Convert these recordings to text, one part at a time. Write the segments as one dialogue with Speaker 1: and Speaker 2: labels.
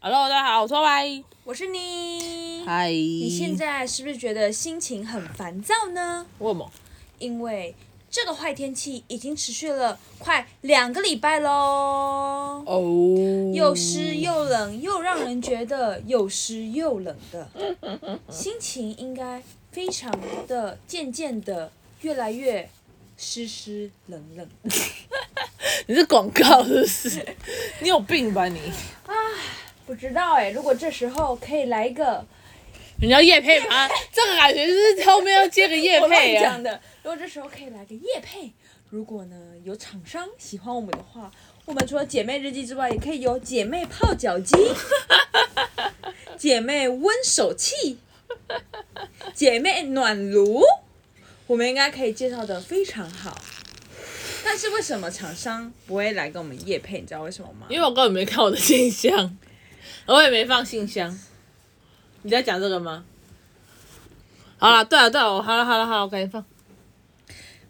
Speaker 1: Hello，大家好，我是 Y。
Speaker 2: 我是你。
Speaker 1: 嗨，
Speaker 2: 你
Speaker 1: 你
Speaker 2: 现在是不是觉得心情很烦躁呢？
Speaker 1: 为什么？
Speaker 2: 因为这个坏天气已经持续了快两个礼拜喽，
Speaker 1: 哦、
Speaker 2: 又湿又冷，又让人觉得又湿又冷的，心情应该非常的渐渐的越来越湿湿冷冷。
Speaker 1: 你是广告是不是？ 你有病吧你？
Speaker 2: 不知道哎，如果这时候可以来一个
Speaker 1: 你要叶配吗？ 这个感觉就是后面要接个叶
Speaker 2: 我
Speaker 1: 配
Speaker 2: 乱
Speaker 1: 啊
Speaker 2: 讲。的。如果这时候可以来个夜配，如果呢有厂商喜欢我们的话，我们除了姐妹日记之外，也可以有姐妹泡脚机、 姐妹温手器、姐妹暖炉，我们应该可以介绍的非常好。但是为什么厂商不会来跟我们夜配？你知道为什么吗？
Speaker 1: 因为我根本没看我的信箱，我也没放信箱。你在讲这个吗？好了，对了对了，我好了好了好了，我赶紧放。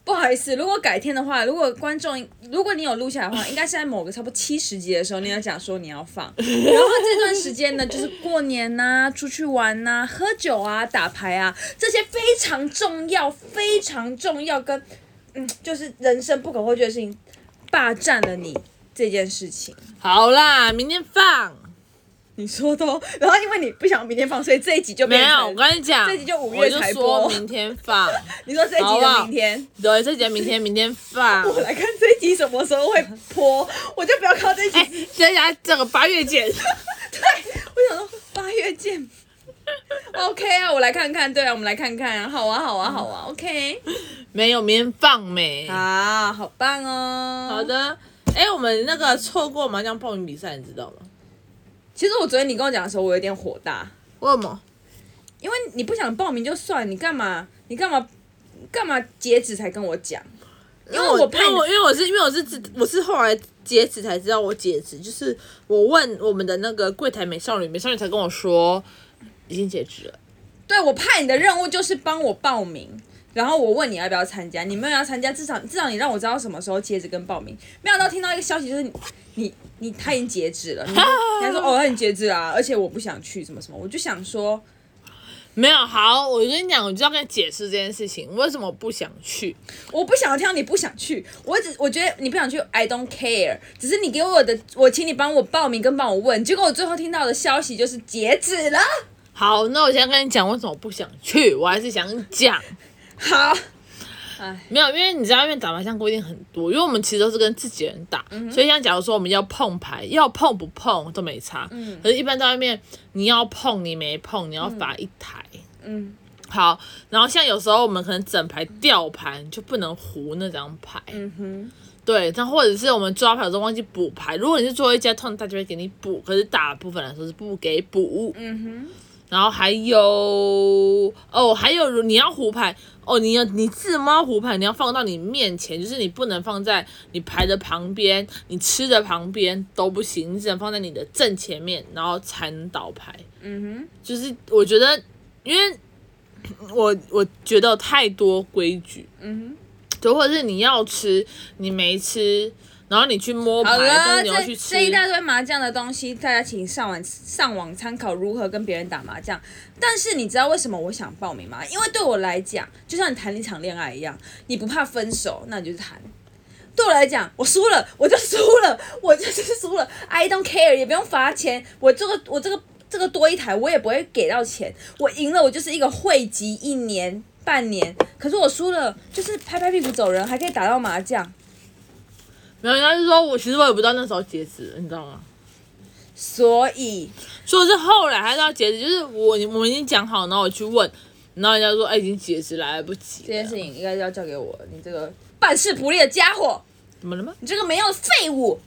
Speaker 2: 不好意思，如果改天的话，如果观众，如果你有录下来的话，应该是在某个差不多七十集的时候，你要讲说你要放。然后这段时间呢，就是过年呐、出去玩呐、喝酒啊、打牌啊，这些非常重要、非常重要跟，嗯，就是人生不可或缺的事情，霸占了你这件事情。
Speaker 1: 好啦，明天放。
Speaker 2: 你说的哦，然后因为你不想明天放，所以这一集就
Speaker 1: 没
Speaker 2: 变成
Speaker 1: 有，我跟你讲，
Speaker 2: 这集就五
Speaker 1: 我
Speaker 2: 月
Speaker 1: 就
Speaker 2: 才播
Speaker 1: 说明天放。
Speaker 2: 你说这一
Speaker 1: 好
Speaker 2: 集
Speaker 1: 不好
Speaker 2: 的明天。
Speaker 1: 对，这集明天明天 放。
Speaker 2: 我来看这一集什么时候会播，我就不要靠这一集
Speaker 1: 哎、等一下，这个八月见。
Speaker 2: 我想说八月见。OK 啊，我来看看，对啊，我们来看看啊，好啊，好啊，好啊，OK，
Speaker 1: 没有，明天放没。
Speaker 2: 啊，好棒哦。
Speaker 1: 好，的，哎、我们那个错过麻将报名比赛，你知道吗？
Speaker 2: 其实我昨天你跟我讲的时候，我有点火大，
Speaker 1: 为什么？
Speaker 2: 因为你不想报名就算，你干嘛？你干嘛？干嘛截止才跟我讲？哦因为我
Speaker 1: 我因
Speaker 2: 怕
Speaker 1: 为我因为我是因为我是自我是后来截止才知道我截止，就是我问我们的那个柜台美少女，美少女才跟我说已经截止了。
Speaker 2: 对我怕你的任务就是帮我报名，然后我问你要不要参加，你没有要参加，至少至少你让我知道什么时候截止跟报名。没想到听到一个消息就是你你你他已经截止了，你说你还说哦他已经截止啦、而且我不想去什么什么，我就想说。
Speaker 1: 没有好，我跟你讲，我就要跟你解释这件事情，为什么不想去？
Speaker 2: 我不想要听到你不想去，我只我觉得你不想去，I don't care。只是你给我的，我请你帮我报名跟帮我问，结果我最后听到的消息就是截止了。
Speaker 1: 好，那我先跟你讲为什么不想去，我还是想讲。
Speaker 2: 好，
Speaker 1: 没有，因为你知道，因为打麻将规定很多，因为我们其实都是跟自己人打，
Speaker 2: 嗯
Speaker 1: 所以像假如说我们要碰牌，要碰不碰都没差。
Speaker 2: 嗯
Speaker 1: 可是一般在外面，你要碰你没碰，你要罚一台。
Speaker 2: 嗯
Speaker 1: 好，然后像有时候我们可能整排掉盘就不能胡那张牌，
Speaker 2: 嗯哼，
Speaker 1: 对，那或者是我们抓牌的时候忘记补牌，如果你是最后一家，通常大家会给你补，可是大部分来说是不给补。
Speaker 2: 嗯
Speaker 1: 然后还有哦，还有你要胡牌哦，你要你自摸胡牌，你要放到你面前，就是你不能放在你牌的旁边，你吃的旁边都不行，你只能放在你的正前面，然后才能倒牌。
Speaker 2: 哼，嗯
Speaker 1: 就是我觉得，因为我我觉得太多规矩，
Speaker 2: 哼，嗯
Speaker 1: 就或者是你要吃，你没吃，然后你去摸
Speaker 2: 哼。
Speaker 1: 牌，
Speaker 2: 好
Speaker 1: 但
Speaker 2: 了，
Speaker 1: 是你要
Speaker 2: 这
Speaker 1: 去吃
Speaker 2: 这。一大堆麻将的东西，大家请上网上网参考如何跟别人打麻将。但是你知道为什么我想报名吗？因为对我来讲，就像你谈一场恋爱一样，你不怕分手，那你就谈。对我来讲，我输了，我就输了，我就是输了，I don't care，也不用罚钱，我这个我这个这个多一台，我也不会给到钱，我赢了，我就是一个汇集一年半年，可是我输了，就是拍拍屁股走人，还可以打到麻将，
Speaker 1: 没有，人家是说我其实我也不知道那时候截止，你知道吗？
Speaker 2: 所以
Speaker 1: 所以我是后来还是要截止，就是我我们已经讲好，然后我去问，然后人家说哎、已经截止了，来不啊及了。
Speaker 2: 这件事情应该要交给我，你这个办事不力的家伙，
Speaker 1: 怎么了吗？
Speaker 2: 你这个没用的废物，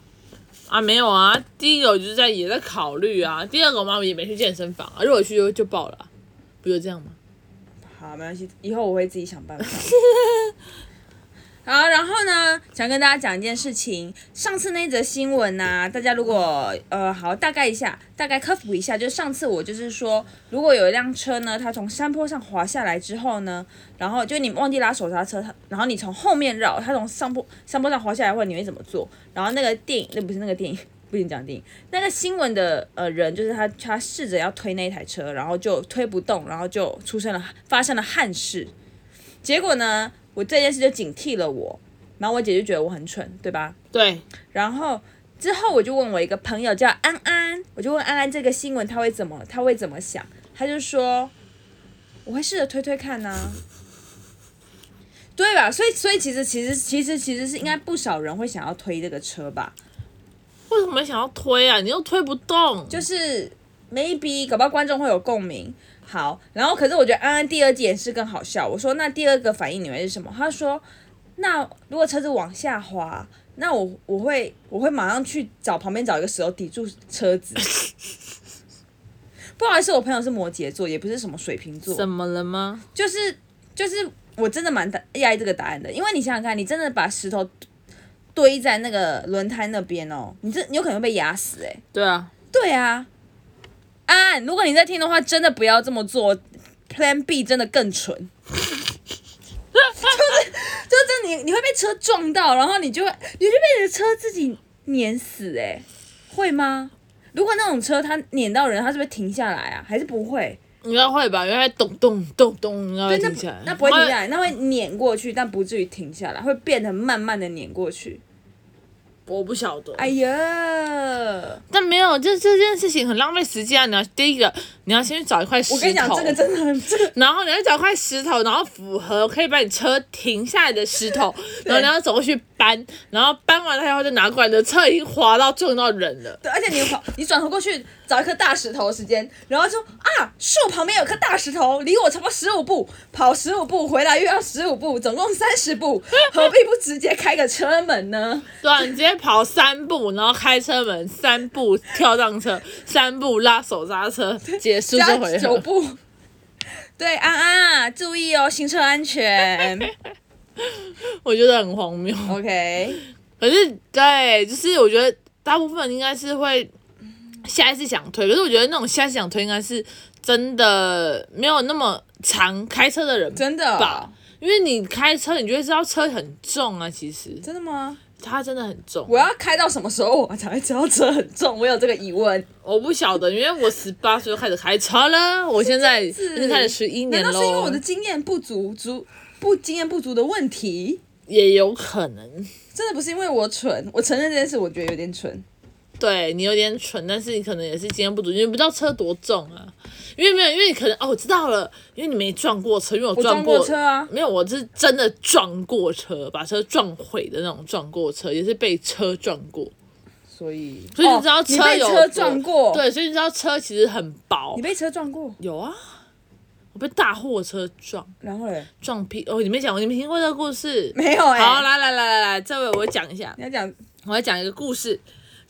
Speaker 1: 啊，没有啊，第一个我就是在也在考虑啊，第二个我妈也没去健身房啊，如果去就就爆了啊、不就这样吗？
Speaker 2: 好，没关系，以后我会自己想办法。 好，然后呢，想跟大家讲一件事情。上次那则新闻呢、大家如果呃好大概一下，大概科普一下，就上次我就是说，如果有一辆车呢，它从山坡上滑下来之后呢，然后就你忘记拉手刹车，它然后你从后面绕，它从上坡山坡上滑下来的话，你会怎么做？然后那个电影，那不是那个电影，不仅讲电影，那个新闻的呃人就是他，他试着要推那一台车，然后就推不动，然后就出生了发生了憾事。结果呢，我这件事就警惕了我，然后我姐就觉得我很蠢，对吧？
Speaker 1: 对，
Speaker 2: 然后之后我就问我一个朋友叫安安，我就问安安这个新闻他会怎么他会怎么想，他就说我会试着推推看呐、对吧？所以所以其实其实其实其实是应该不少人会想要推这个车吧，
Speaker 1: 为什么想要推啊？你又推不动，
Speaker 2: 就是 maybe 搞不好观众会有共鸣。好，然后可是我觉得安安第二件事更好笑。我说那第二个反应你们是什么？他说那如果车子往下滑，那我我会我会马上去找旁边找一个石头抵住车子。不好意思，我朋友是摩羯座，也不是什么水瓶座，
Speaker 1: 怎么了吗？
Speaker 2: 就是就是我真的蛮担讶异这个答案的，因为你想想看，你真的把石头堆在那个轮胎那边哦，你这你有可能会被压死哎、
Speaker 1: 对啊，
Speaker 2: 对啊，安，如果你在听的话，真的不要这么做。Plan B 真的更蠢，就是就是你你会被车撞到，然后你就会你就被你的车自己碾死、欸，会吗？如果那种车它碾到人，它是不是停下来啊？还是不会？
Speaker 1: 应该会吧？应该咚咚咚咚，应该会
Speaker 2: 那
Speaker 1: 停
Speaker 2: 不
Speaker 1: 起来。
Speaker 2: 那不会停下来，那会碾过去，但不至于停下来，会变得慢慢的碾过去。
Speaker 1: 我，我不晓得。
Speaker 2: 哎呀，
Speaker 1: 但没有，这这件事情很浪费时间啊。你要第一个，你要先去找一块石头，
Speaker 2: 我跟你讲，这个真的很这个
Speaker 1: 然后你要找块石头，然后符合可以把你车停下来的石头，然后你要走过去搬，然后搬完了以后就拿过来，你的车已经滑到撞到人了。
Speaker 2: 对，而且你跑，你转头过去找一颗大石头的时间，然后就啊，树旁边有颗大石头，离我差不多十五步，跑十五步回来又要十五步，总共三十 步，何必不直接开个车门呢？
Speaker 1: 对啊，你直接跑三步，然后开车门三步跳上车，三步拉手刹车，结束
Speaker 2: 加
Speaker 1: 这回
Speaker 2: 九
Speaker 1: 合。
Speaker 2: 步。对，安安啊，注意哦，行车安全。
Speaker 1: 我觉得很荒谬。
Speaker 2: OK，
Speaker 1: 可是对，就是我觉得大部分应该是会下一次想推，可是我觉得那种下一次想推应该是真的没有那么常开车的人
Speaker 2: 真的哦
Speaker 1: 吧，因为你开车你就会知道车很重啊，其实
Speaker 2: 真的吗？
Speaker 1: 它真的很重。
Speaker 2: 我要开到什么时候我才会知道车很重？我有这个疑问。
Speaker 1: 我不晓得，因为我十八岁就开始开车了，我现在已
Speaker 2: 子
Speaker 1: 经开始十一
Speaker 2: 难
Speaker 1: 年
Speaker 2: 道是因为我
Speaker 1: 喽
Speaker 2: 的，经验不足足不经验不足的问题？
Speaker 1: 也有可能。
Speaker 2: 真的不是因为我蠢，我承认这件事，我觉得有点蠢。
Speaker 1: 对你有点蠢，但是你可能也是经验不足，因为不知道车多重啊。因为没有，因为你可能哦，我知道了，因为你没撞过车，因为我
Speaker 2: 我
Speaker 1: 撞
Speaker 2: 撞过车啊，
Speaker 1: 没有，我是真的撞过车，把车撞毁的那种撞过车，也是被车撞过，
Speaker 2: 所以
Speaker 1: 所以你知道车有
Speaker 2: 哦、你
Speaker 1: 多、
Speaker 2: 被车撞过，，
Speaker 1: 对，所以你知道车其实很薄
Speaker 2: 你。被车撞过，
Speaker 1: 有啊，我被大货车撞
Speaker 2: 然后嘞，
Speaker 1: 撞屁哦，你没讲过，你没听过这个故事？
Speaker 2: 没有哎、
Speaker 1: 好，来来来来来，这位我讲一下。
Speaker 2: 你要讲
Speaker 1: 我要讲一个故事。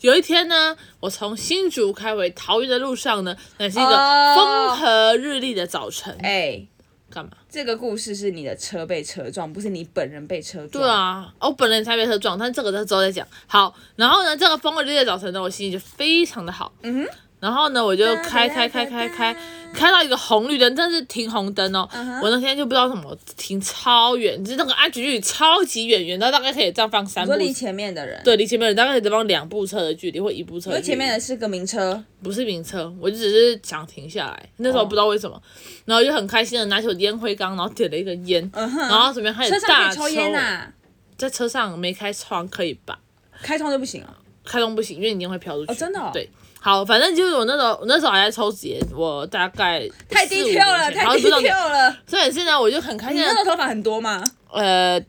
Speaker 1: 有一天呢，我从新竹开回桃园的路上呢，那是一个
Speaker 2: 哦
Speaker 1: 风和日丽的早晨。
Speaker 2: 哎、
Speaker 1: 干嘛？
Speaker 2: 这个故事是你的车被车撞，不是你本人被车撞。
Speaker 1: 对，啊，哦，本人才被车撞，但这个之后再讲。好，然后呢，这个风和日丽的早晨呢，我心情就非常的好。嗯
Speaker 2: 哼。
Speaker 1: 然后呢，我就开开开开开，开到一个红绿灯，但是停红灯哦。
Speaker 2: 嗯哼
Speaker 1: 我那天就不知道什么，停超远，就是那个安全距离超级远，远到大概可以这样放三
Speaker 2: 你
Speaker 1: 步
Speaker 2: 说。离前面的人，，
Speaker 1: 对，离前面人大概可以只放两步车的距离或一步车
Speaker 2: 因
Speaker 1: 的
Speaker 2: 为
Speaker 1: 距离。
Speaker 2: 前面的是个名车，
Speaker 1: 不是名车，我就只是想停下来。那时候不知道为什
Speaker 2: 哦
Speaker 1: 么，然后就很开心的拿起我的烟灰缸，然后点了一根烟，
Speaker 2: 嗯哼，
Speaker 1: 然后准备开
Speaker 2: 车
Speaker 1: 始
Speaker 2: 上
Speaker 1: 大
Speaker 2: 可以抽烟啊呐、
Speaker 1: 我在车上没开窗可以吧？
Speaker 2: 开窗就不行啊。
Speaker 1: 开窗不行，因为你烟会飘出去。
Speaker 2: 哦真的哦
Speaker 1: 对。好，反正就是我那时候，我那时候还在抽纸烟，我大概
Speaker 2: 太
Speaker 1: 四五
Speaker 2: detail 了，
Speaker 1: 年前
Speaker 2: 太
Speaker 1: 好不知道
Speaker 2: detail 了。
Speaker 1: 重点是呢，我就很开
Speaker 2: 你
Speaker 1: 心的
Speaker 2: 那时候头发很多吗？
Speaker 1: 呃，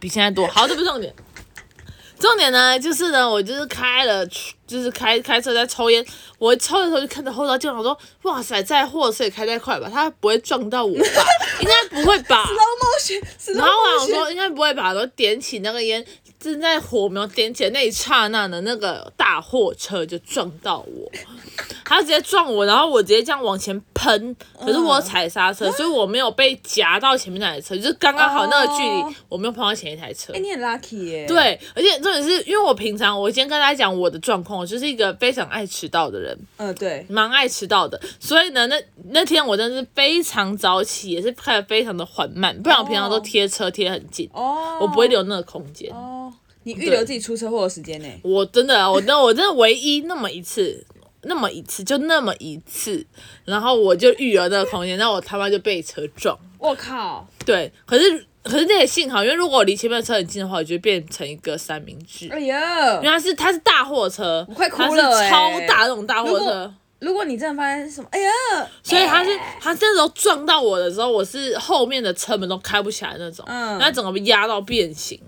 Speaker 1: 比现在多。好，这不是重点。重点呢，就是呢，我就是开了，就是开开车在抽烟。我抽的时候就看着后照镜，我说：“哇塞，在货车也开太快吧？他不会撞到我吧？ 应该不会吧
Speaker 2: l o motion，
Speaker 1: 然后 我想说，应该不会吧？然后点起那个烟，正在火苗点起的那一刹那呢，那个大货车就撞到 我，他直接撞我，然后我直接这样往前喷，可是我踩刹车，所以我没有被夹到前面那台车，就是刚刚好那个距
Speaker 2: 哦
Speaker 1: 离，我没有碰到前一台车
Speaker 2: 哎、。你很 lucky 耶、，
Speaker 1: 对，而且重点是因为我平常，我先跟大家讲我的状况，我就是一个非常爱迟到的人。
Speaker 2: 嗯、对，
Speaker 1: 蛮爱迟到的，所以呢，那那天我真的是非常早起，也是开哦得非常的缓慢，不然我平常都贴车贴很近，
Speaker 2: 哦，
Speaker 1: 我不会留那个空间。
Speaker 2: 哦，你预留自己出车祸的时间呢、
Speaker 1: 我真的，啊我那我真的唯一那么一次，那么一次就那么一次，然后我就预留那个空间，那我他妈就被车撞。
Speaker 2: 我靠！
Speaker 1: 对，可是可是那也幸好，因为如果我离前面的车很近的话，我就变成一个三明治。
Speaker 2: 哎呀，
Speaker 1: 因为它是它是大货车，我
Speaker 2: 快哭了欸
Speaker 1: 超大那种大货
Speaker 2: 如
Speaker 1: 车
Speaker 2: 果。如果你真的发现什么，哎呀，
Speaker 1: 所以他是
Speaker 2: 哎
Speaker 1: 他那时候撞到我的时候，我是后面的车门都开不起来那种，
Speaker 2: 嗯
Speaker 1: 那整个被压到变形。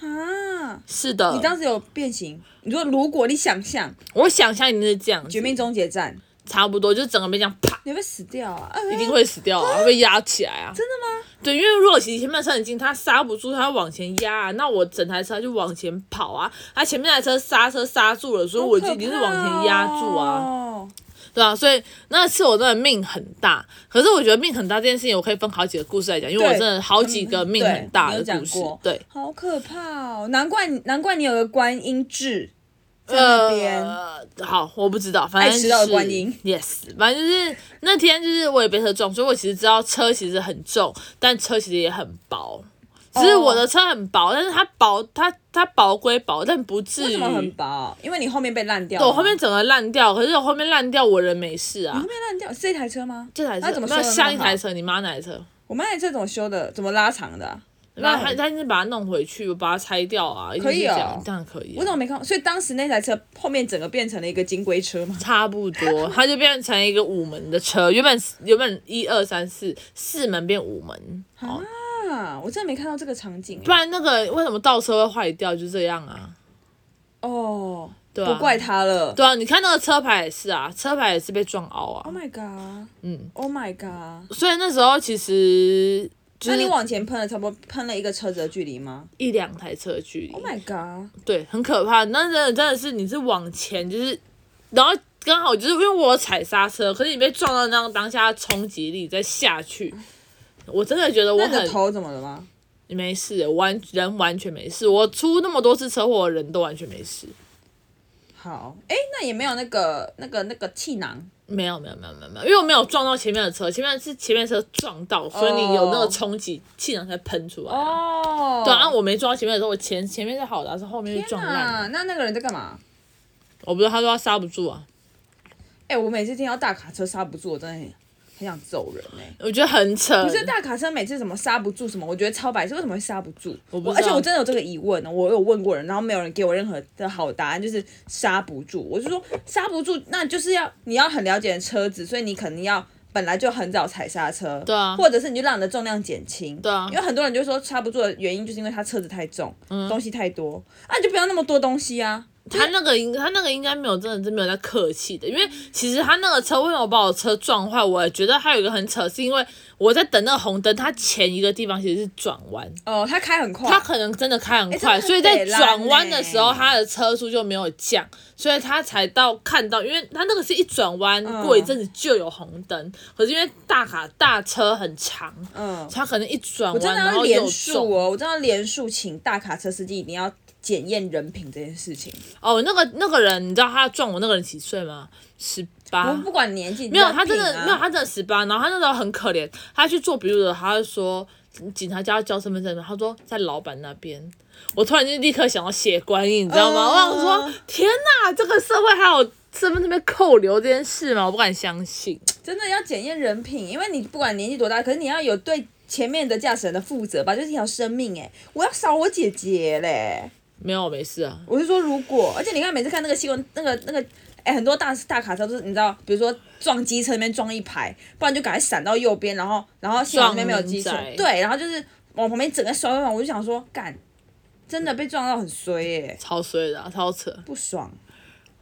Speaker 2: 啊，
Speaker 1: 是的，
Speaker 2: 你当时有变形？你说如果你想象《
Speaker 1: 我想象一定是这样子，
Speaker 2: 绝命终结战》，
Speaker 1: 差不多就整个被这样啪，
Speaker 2: 你会不会死掉啊？哎呀
Speaker 1: 一定会死掉啊，会被压起来啊。
Speaker 2: 真的吗？
Speaker 1: 对，因为如果其实前面的车很近，他刹不住，他往前压、啊，那我整台车就往前跑啊。他前面那台车刹车刹住了，所以我
Speaker 2: 哦
Speaker 1: 就一定是往前压住啊，
Speaker 2: 好可怕哦。
Speaker 1: 对啊，所以那次我真的命很大。可是我觉得命很大这件事情，我可以分好几个故事来讲，因为我
Speaker 2: 对嗯
Speaker 1: 真的好几个命很大的
Speaker 2: 对你
Speaker 1: 故
Speaker 2: 有
Speaker 1: 事
Speaker 2: 讲过。
Speaker 1: 对，
Speaker 2: 好可怕哦！难怪难怪你有个观音痣在那边，
Speaker 1: 呃，好，我不知道，反正
Speaker 2: 爱迟到的
Speaker 1: 是
Speaker 2: 观音
Speaker 1: Yes，反正就是那天就是我也被车撞，所以我其实知道车其实很重，但车其实也很薄。只是
Speaker 2: 哦
Speaker 1: 我的车很薄，但是它薄，它它薄归薄，但不至
Speaker 2: 为
Speaker 1: 于
Speaker 2: 什么很薄？因为你后面被烂掉了。
Speaker 1: 对我后面整个烂掉，可是我后面烂掉，我人没事
Speaker 2: 你
Speaker 1: 啊
Speaker 2: 后。面烂掉是这台车吗？
Speaker 1: 这台车
Speaker 2: 嗯那怎么修
Speaker 1: 那
Speaker 2: 得那么
Speaker 1: 下一台
Speaker 2: 好
Speaker 1: 车？你妈那台车？
Speaker 2: 我们那台车怎么修的？怎么拉长的啊、
Speaker 1: 那
Speaker 2: 那
Speaker 1: 他他是把它弄回去，把它拆掉啊？一定
Speaker 2: 可以
Speaker 1: 是这
Speaker 2: 哦
Speaker 1: 样，这样可以啊、
Speaker 2: 我怎么没看过？所以当时那台车后面整个变成了一个金龟车嘛？
Speaker 1: 差不多，它就变成一个五门的车，原本原本一二三四四门变五门，哦，
Speaker 2: 啊，我真的没看到这个场景欸、
Speaker 1: 不然那个为什么倒车会坏掉？就这样啊，
Speaker 2: 哦，
Speaker 1: 对啊，
Speaker 2: 不怪他了。
Speaker 1: 对啊，你看那个车牌也是啊，车牌也是被撞凹啊
Speaker 2: Oh，my god！
Speaker 1: 嗯
Speaker 2: ，Oh my god！
Speaker 1: 所以那时候其实就
Speaker 2: 那你
Speaker 1: 是
Speaker 2: 往前喷了，差不多喷了一个车子的距离吗
Speaker 1: 一两台车的距离
Speaker 2: ？Oh my god！
Speaker 1: 对，很可怕。那真的真的是你是往前，就是然后刚好就是因为我有踩刹车，可是你被撞到那个当下的冲击力再下去，我真的觉得我
Speaker 2: 那你的
Speaker 1: 很
Speaker 2: 头怎么了吗？
Speaker 1: 没事，完人完全没事。我出那么多次车祸，人都完全没事。
Speaker 2: 好，哎、那也没有那个那个那个气囊，
Speaker 1: 没有没有没有没有没有，因为我没有撞到前面的车，前面是前面车撞到，所以你有那个冲击，气囊才喷出来。
Speaker 2: 哦，
Speaker 1: 对啊，我没撞到前面的时候，我前前面是好的啊，是后面就撞烂了。
Speaker 2: 啊，那那个人在干嘛？
Speaker 1: 我不知道，他说他刹不住啊，
Speaker 2: 哎、我每次听到大卡车刹不住，我真的很很想揍人哎、
Speaker 1: 我觉得很扯。
Speaker 2: 不是大卡车每次什么刹不住什么，我觉得超白痴，为什么会刹不住？我
Speaker 1: 不知道
Speaker 2: 而且我真的有这个疑问呢，哦我有问过人，然后没有人给我任何的好答案，就是刹不住。我就说刹不住，那就是要你要很了解车子，所以你可能要。本来就很早踩刹车，对
Speaker 1: 啊
Speaker 2: 或者是你就让你的重量减轻，对
Speaker 1: 啊嗯
Speaker 2: 因为很多人就说刹不住的原因就是因为他车子太重，东西太多，啊，你就不要那么多东西啊，
Speaker 1: 他那个应他那个应该没有真的真没有在客气的，因为其实他那个车为什么把我车撞坏，我也觉得还有一个很扯，是因为我在等那个红灯，他前一个地方其实是转弯。
Speaker 2: 哦，他开很快，
Speaker 1: 他可能真的开很快，
Speaker 2: 欸真的很
Speaker 1: 所以在
Speaker 2: 北蓝
Speaker 1: 转弯的时候，
Speaker 2: 欸
Speaker 1: 他的车速就没有降，所以他才到看到，因为他那个是一转弯，过一阵子就有红灯，可是因为大卡大车很长，
Speaker 2: 嗯，
Speaker 1: 他可能一转
Speaker 2: 我真
Speaker 1: 弯
Speaker 2: 的
Speaker 1: 然
Speaker 2: 要
Speaker 1: 后又
Speaker 2: 连数
Speaker 1: 撞。
Speaker 2: 哦，我真的要连数，请大卡车司机一定要检验人品这件事情。
Speaker 1: 哦，那个那个人，你知道他撞我那个人几岁吗？十
Speaker 2: 我
Speaker 1: 八。
Speaker 2: 不管年纪，
Speaker 1: 没有，
Speaker 2: 人品
Speaker 1: 哦他真的、
Speaker 2: 啊
Speaker 1: 没有，他真的十八。然后他那时候很可怜，他去做笔录的时候，他就说警察叫他交身份证，他说在老板那边。我突然间立刻想到血观音，你知道吗？
Speaker 2: 嗯
Speaker 1: 我想说，天哪，这个社会还有身份证被扣留这件事吗？我不敢相信。
Speaker 2: 真的要检验人品，因为你不管年纪多大，可是你要有对前面的驾驶人的负责吧，就是一条生命哎、我要扫我姐姐嘞。
Speaker 1: 没有，没事啊。
Speaker 2: 我是说，如果，而且你看每次看那个新闻，那个那个，哎、很多大大卡车都是你知道，比如说撞机车那边撞一排，不然就赶快闪到右边，然后然后幸好那边没有机车
Speaker 1: 撞民，宅
Speaker 2: 对，然后就是往旁边整个甩往，我就想说，干，真的被撞到很衰耶、
Speaker 1: 超衰的啊、超扯，
Speaker 2: 不爽。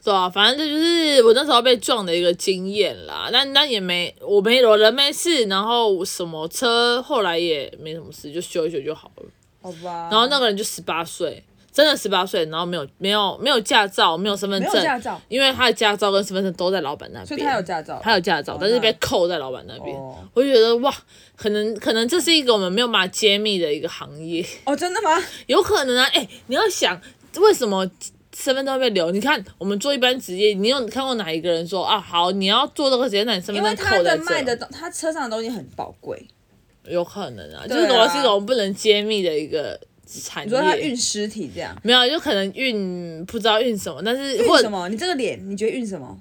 Speaker 1: 对啊，反正这就是我那时候被撞的一个经验啦。但但也没，我没我人没事，然后什么车后来也没什么事，就修一修就好了。
Speaker 2: 好吧，
Speaker 1: 然后那个人就十八岁，真的十八岁，然后没有没有没有驾照，没有身份
Speaker 2: 没有
Speaker 1: 证，
Speaker 2: 驾照
Speaker 1: 因为他的驾照跟身份证都在老板那边，
Speaker 2: 所以他有驾照，
Speaker 1: 他有驾照，但是
Speaker 2: 那
Speaker 1: 被扣在老板那边。
Speaker 2: 哦
Speaker 1: 我就觉得哇，可能可能这是一个我们没有办法揭秘的一个行业，
Speaker 2: 哦，真的吗？
Speaker 1: 有可能啊，哎、你要想为什么？身份证会被留，你看我们做一般职业，你有看过哪一个人说啊？好，你要做这个职业，那你身
Speaker 2: 因
Speaker 1: 份
Speaker 2: 为
Speaker 1: 证
Speaker 2: 他
Speaker 1: 扣在
Speaker 2: 的
Speaker 1: 这
Speaker 2: 卖
Speaker 1: 儿
Speaker 2: 的，东，他车上的东西很宝贵，
Speaker 1: 有可能啊，就
Speaker 2: 对
Speaker 1: 是我是一
Speaker 2: 啊
Speaker 1: 种不能揭秘的一个产
Speaker 2: 你说他
Speaker 1: 业
Speaker 2: 运。尸体这样，
Speaker 1: 没有，就可能运不知道运什么，但是
Speaker 2: 运
Speaker 1: 或
Speaker 2: 什么？你这个脸，你觉得运什么？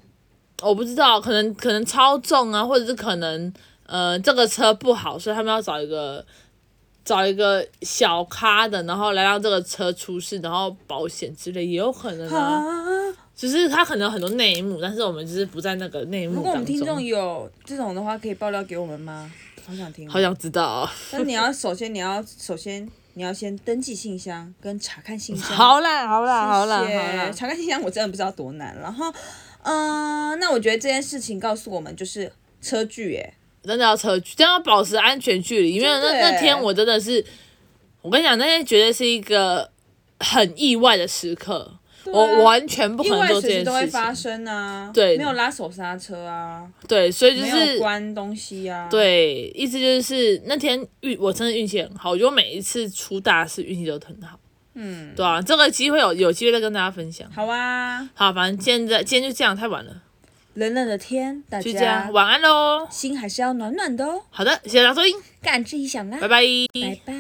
Speaker 1: 我不知道，可能可能超重啊，或者是可能呃这个车不好，所以他们要找一个找一个小咖的，然后来让这个车出事，然后保险之类也有可能啊。
Speaker 2: 啊！
Speaker 1: 只是它可能有很多内幕，但是我们就是不在那个内幕当
Speaker 2: 如
Speaker 1: 中。
Speaker 2: 果我们听众有这种的话，可以爆料给我们吗？好想听哦。
Speaker 1: 好想知道哦、
Speaker 2: 但你要首先，你要首先，你要先登记信箱跟查看信箱。
Speaker 1: 好啦好啦好啦
Speaker 2: 谢谢
Speaker 1: 好啦，
Speaker 2: 查看信箱我真的不知道多难。然后，嗯、那我觉得这件事情告诉我们就是车距，哎，
Speaker 1: 真的要车距，真的要保持安全距离，因为
Speaker 2: 真
Speaker 1: 那
Speaker 2: 的耶
Speaker 1: 那天我真的是，我跟你讲，那天绝对是一个很意外的时刻，我我完全不可
Speaker 2: 啊意
Speaker 1: 能
Speaker 2: 外
Speaker 1: 做这
Speaker 2: 随时
Speaker 1: 件
Speaker 2: 都会
Speaker 1: 事
Speaker 2: 发
Speaker 1: 情，
Speaker 2: 生啊，
Speaker 1: 对
Speaker 2: 没有拉手刹车啊，
Speaker 1: 对，所以就
Speaker 2: 没有
Speaker 1: 是
Speaker 2: 关东西啊，，
Speaker 1: 对，意思就是那天运我真的运气很好，我觉得我每一次出大事运气都很好，
Speaker 2: 嗯，
Speaker 1: 对啊，这个机会有有机会再跟大家分享。
Speaker 2: 好啊，
Speaker 1: 好，反正现在今天就这样，太晚了，
Speaker 2: 冷冷的天，大
Speaker 1: 就这样，
Speaker 2: 家
Speaker 1: 晚安喽。
Speaker 2: 心还是要暖暖的哦，
Speaker 1: 好的，谢谢大家收听，
Speaker 2: 干自己想啊，
Speaker 1: 拜拜
Speaker 2: 拜拜。